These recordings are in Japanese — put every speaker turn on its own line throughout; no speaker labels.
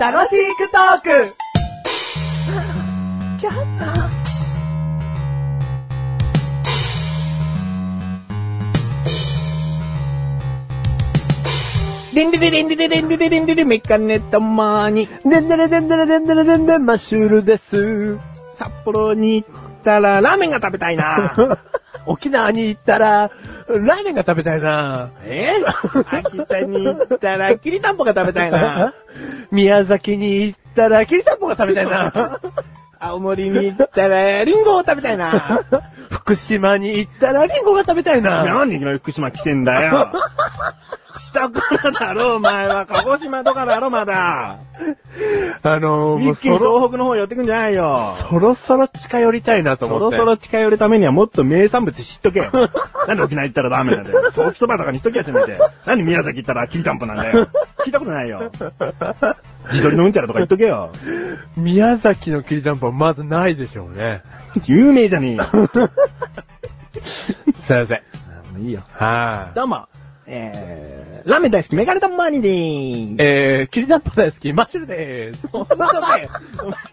楽しくトーク
レンデレレンデレレンデレレンデレメカネたまに、
でんでれでんでれでんでれでんでんマッシュルです。
札幌に行ったらラーメンが食べたいな。
沖縄に行ったら、ラーメンが食べたいな
え秋田に行ったらきりたんぽが食べたいな。
宮崎に行ったら、きりたんぽが食べたい な
青森に行ったらリンゴを食べたいな。
福島に行ったら、りんごが食べたいな
なんでいきなり福島来てんだよ。下からだろ、お前は。鹿児島とかだろ、まだ。
あのー、もう
一
そ
気に
ろ、
東北の方寄ってくんじゃないよ。
そろそろ近寄りたいなと
そ
思っ
ろ
て。
そろ近寄るためにはもっと名産物知っとけよ。 なんで沖縄行ったらラーメンなんだよ。ソーキそばとかにしときゃせめて。なんで宮崎行ったらきりたんぽなんだよ。聞いたことないよ。自撮りのうんちゃらとか言っとけよ。
宮崎のきりたんぽはまずないでしょうね。
有名じゃねえよ。
すいません。
いいよ。
はい。
どうも。えー、ラーメン大好きメガネタマーニーでーす。
えー、きりたんぽ大好き、マッシュルでーす。
ほんとだよ。お前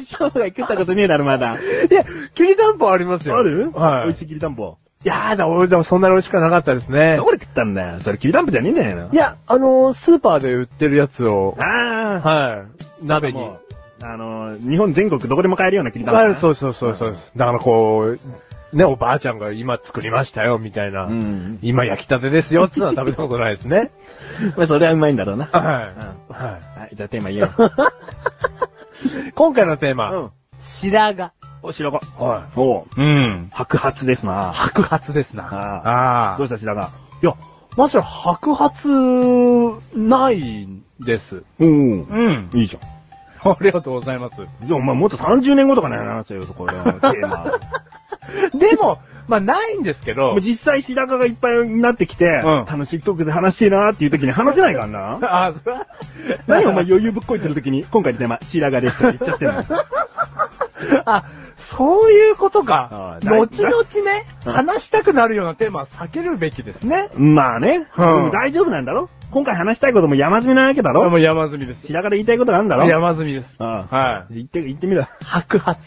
生涯食ったことねえだろ、まだ。
いや、きりたんぽありますよ。
は。
はいい。
美味しいきりたんぽ。
いやー、でもでもそんなに美味しくなかったですね
ど。こで食ったんだよ。それきりたんぽじゃねえんだよ
いや、あのー、スーパーで売ってるやつを、
な。あ
はい、
あ。
鍋に。
もうあの、日本全国どこでも買えるようなきりたんぽ
あ
だな。
そうそうそうそうです。だからこう、ね、おばあちゃんが今作りましたよ、みたいな。
うん
今焼きたてですよ、っていうのは食べたことないです ね。
まあ、それはうまいんだろうな。
はい、は
はい、じゃあテーマ言えよ。
い。今回のテーマ、
ん。
白髪。
お、白髪。
は
おう
い。うん。
白髪ですな。
白髪ですな。
あ
あ
どうした白髪
いや、ましろ白髪、ないんです。
おうん。
うん。
いいじゃん。
ありがとうござ います。
じゃあお前もっと30年後とかに話せよ、そこ で。テーマ。
でも、まあ、ないんですけど
もう、実際白髪がいっぱいになってきて、
ん
楽しいトークで話してえなーっていう時に話せないからな。
あ、それは
何お前余裕ぶっこいてる時に、今回のテーマ、白髪ですって言っちゃってるの。
あ、そういうことか
あ。ー大
後々ね、
うん
話したくなるようなテーマは避けるべきですね。
まあね、
うん
でも大丈夫なんだろ今回話したいことも山積みなわけだ
あも
ろ
う山積みです。
白髪で言いたいことがあるんだろ
山積みです。
ああ
は
言って、言ってみろ。
い。白髪。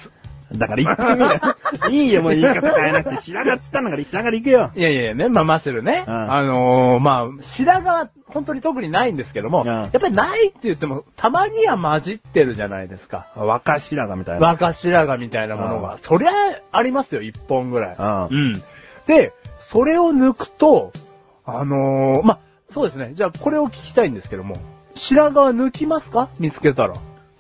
だから行ってみよ。いいよ、もう言い方変えなくて。白髪っつったんだから白髪で行くよ。
いやいやいやね、まあ、マシュルね。
うん
あのー、まあ、白髪は本当に特にないんですけども、
うん
やっぱりないって言っても、たまには混じってるじゃないですか。
若白髪みたいな。
若白髪みたいなもの
う
が。そりゃ、ありますよ、一本ぐらい。
う
うん。で、それを抜くと、あのー、ま、そうですね。じゃあ、これを聞きたいんですけども、白髪は抜きますか見つけたら。
ん。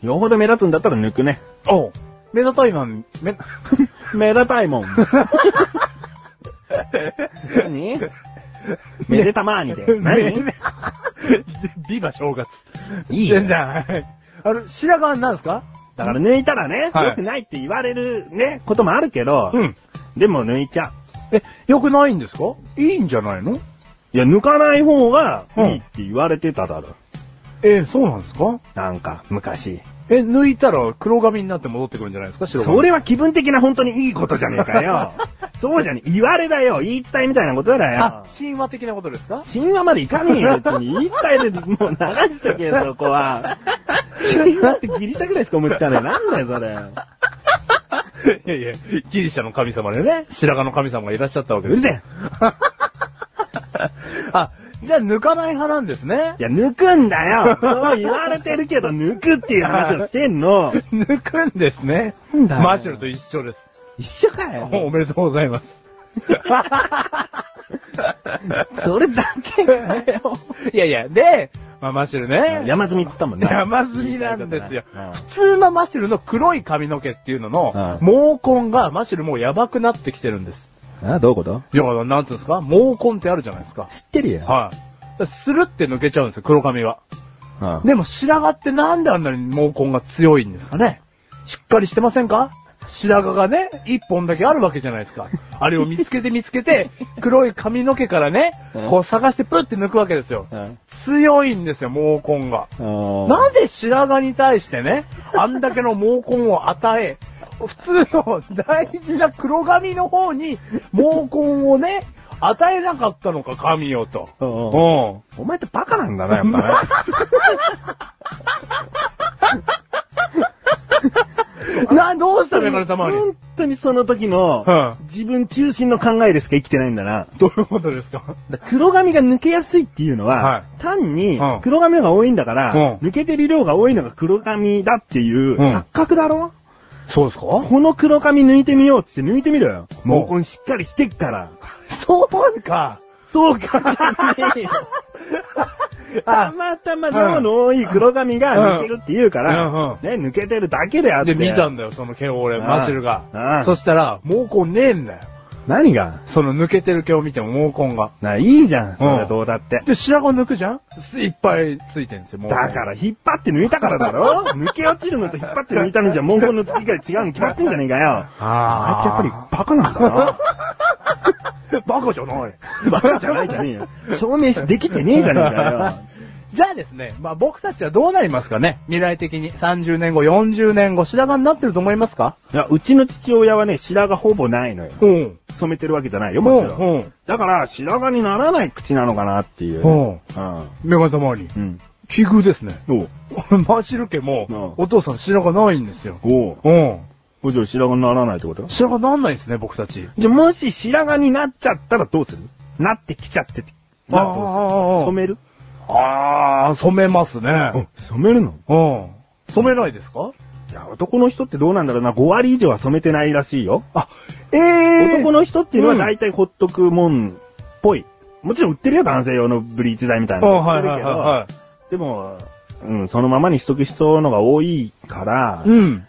よほど目立つんだったら抜くね。
おう。目立たいマン、 目、
目立たいもん。 何めでたまーにで。何
ビバ正月。
いいよ
全然。はいあの、白髪は何ですか
だから抜いたらね、
はい
良くないって言われるね、こともあるけど、
ん。
でも抜いちゃ
え、良くないんですかいいんじゃないの
う。いや、抜かない方がい
うん
いって言われてただろ。
え、そうなんですか
なんか、昔。
え、抜いたら黒髪になって戻ってくるんじゃないですか白髪。
それは気分的な本当にいいことじゃねえかよ。 そうじゃねえ。言われだよ。言い伝えみたいなことだ
あ
よ、。
神話的なことですか
神話までいかねえよ。別に言い伝えでもう流しておけよ、そこは。神話ってギリシャぐらいしか思いつかない。なんだよ、それ。
いやいや、ギリシャの神様でね、白髪の神様がいらっしゃったわけ
う
で
る
す。
せえ。
あ、じゃあ抜かない派なんですね
い。や、抜くんだよ。そう言われてるけど、抜くっていう話をしてんの。
抜くんですね。
なんだよ
マシュルと一緒です。
一緒か
お
よ。
めでとうございます。
それだけかよ。
いやいや、で、まあ、マシュルね。
山積みっつったもんね。
山積みなんですよ
うん。
普通のマシュルの黒い髪の毛っていうのの、
う
毛根がマシュルもうやばくなってきてるんです。
あ、どういうこと
いや、なんつうんですか毛根ってあるじゃないですか。
知ってるよ。
はい。スルって抜けちゃうんですよ、黒髪は。
うん
でも白髪ってなんであんなに毛根が強いんですかねしっかりしてませんか白髪がね、一本だけあるわけじゃないですか。あれを見つけて見つけ て、黒い髪の毛からね
うん、
こう探してプッて抜くわけですよ。強いんですよ、毛根が。
うん。
なぜ白髪に対してね、あんだけの毛根を与え、普通の大事な黒髪の方に毛根をね、与えなかったのか、神よと。
うんうん
うん。
お前ってバカなんだな、やっぱ
な、どうしたのよ、これ
ね。
たまに。
本当にその時の
は、
自分中心の考えでしか生きてないんだな。
どういうことですか
黒髪が抜けやすいっていうの
は、
はい単に
うん
黒髪の方が多いんだから、
うん
抜けてる量が多いのが黒髪だっていう
うん
錯覚だろ
そうですか
この黒髪抜いてみようってって抜いてみろよ。
もう
毛根しっかりしてっから。
そうか。
そうか、じゃねえよ。た
あ、
ま たま量の多い黒髪が抜けるって言うから、ね、抜けてるだけであって。
で、見たんだよ、その毛を俺、
ああ
マシル
あ
が
あ。
そしたら、毛根ねえんだよ。
何が
その抜けてる毛を見ても毛根が。
な、いいじゃん。それはどうだって。
で、白髪抜くじゃんすいっぱいついてんですよ、毛根。
だから、引っ張って抜いたからだろ抜け落ちるのと引っ張って抜いたのじゃ、文言の付きが違うに決まってんじゃねえかよ。あ
あ
い
あ。
つやっぱりバカなんだ な。
り、 バカじゃない。
バカ じゃないじゃねえよ。証明しできてねえじゃねえかよ。
じゃあですね、まあ僕たちはどうなりますかね未来的に。30年後、40年後、白髪になってると思いますか
いや、うちの父親はね、白髪ほぼないのよ。
うん。
染めてるわけじゃないよ、
う
も
ん、
ちろん。
うん。
だから、白髪にならない口なのかなっていう。
うん。
うん。
メガ様に。
うん。
奇遇ですね。
おう。
マーシル家も、
うん
お父さん白髪ないんですよ。
おう。
うん。
おじゃあ白髪にならないってこと
白髪なんないですね、僕たち。
じゃあ、もし白髪になっちゃったらどうするなってきちゃってて。な
あ
どうする
ー
染める
あー、染めますね。
染めるの
うん。染めないですか
いや、男の人ってどうなんだろうな。5割以上は染めてないらしいよ。
あ、ええ
男の人っていうのは
うん
大体ほっとくもんっぽい。もちろん売ってるよ、男性用のブリーチ剤みたいな
う
の。
ん、はいはいはい
売っ
は
てるけどでも、うん、そのままにしとく人のが多いから
い。、うん。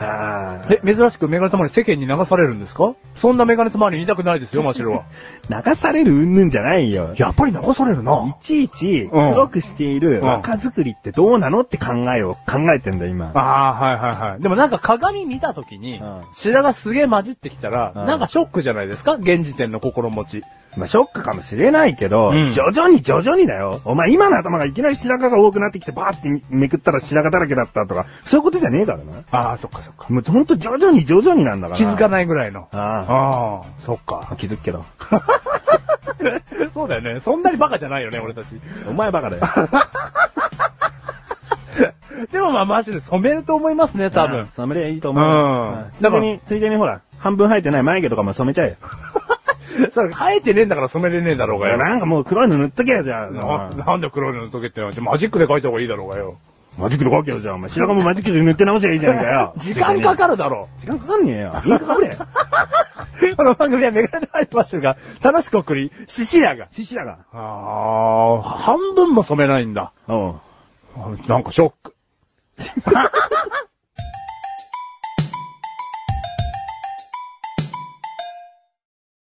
あー
え、珍しくメガネたまに世間に流されるんですかそんなメガネたまに言いたくないですよ、マシルは。
流される云々じゃないよ。
やっぱり流される
い
な。
ちいち
うん
黒くしている若作りってどうなのって考えを考えてんだよ、今。
ああ、はいはいはい。でもなんか鏡見た時に
うん、
白髪すげえ混じってきたら、
うん
なんかショックじゃないですか現時点の心持ち。
まあ、ショックかもしれないけど、
うん
徐々に徐々にだよ。お前今の頭がいきなり白髪が多くなってきてバーってめくったら白髪だらけだったとか、そういうことじゃねえからな。
ああ、そっかそっか。
もうほんと徐々に徐々になんだから。
気づか
ない。
ないぐらいの。
あ
ああ、そっ
あ。
か。
気づくけど。
そうだよね。そんなにバカじゃないよね、俺たち。
お前バカ だよ。
でもまあマジで染めると思いますね、多
あ
分
あ。染めりゃいいと思う。
うん
ああついでに、ついでにほら、半分生えてない眉毛とかも染めちゃえよ。
それ生えてねえんだから染めれねえだろうがよ。
なんかもう黒いの塗っとけよ、じゃあ。
ななんで黒いの時ってのはマジックで描いた方がいいだろうがよ。。
マジックで描けよ、じゃあ。お前白髪もマジックで塗って直せばいいじゃないかよ
時間かかるだろ
時間かかんねえよ。インクかぶれ。
う。この番組はメガネ入りマッシュルが楽しく送り、シシラが。
獅子だが。
ああ、
어.
半分も染めないんだ。
おう。
あなんかショック。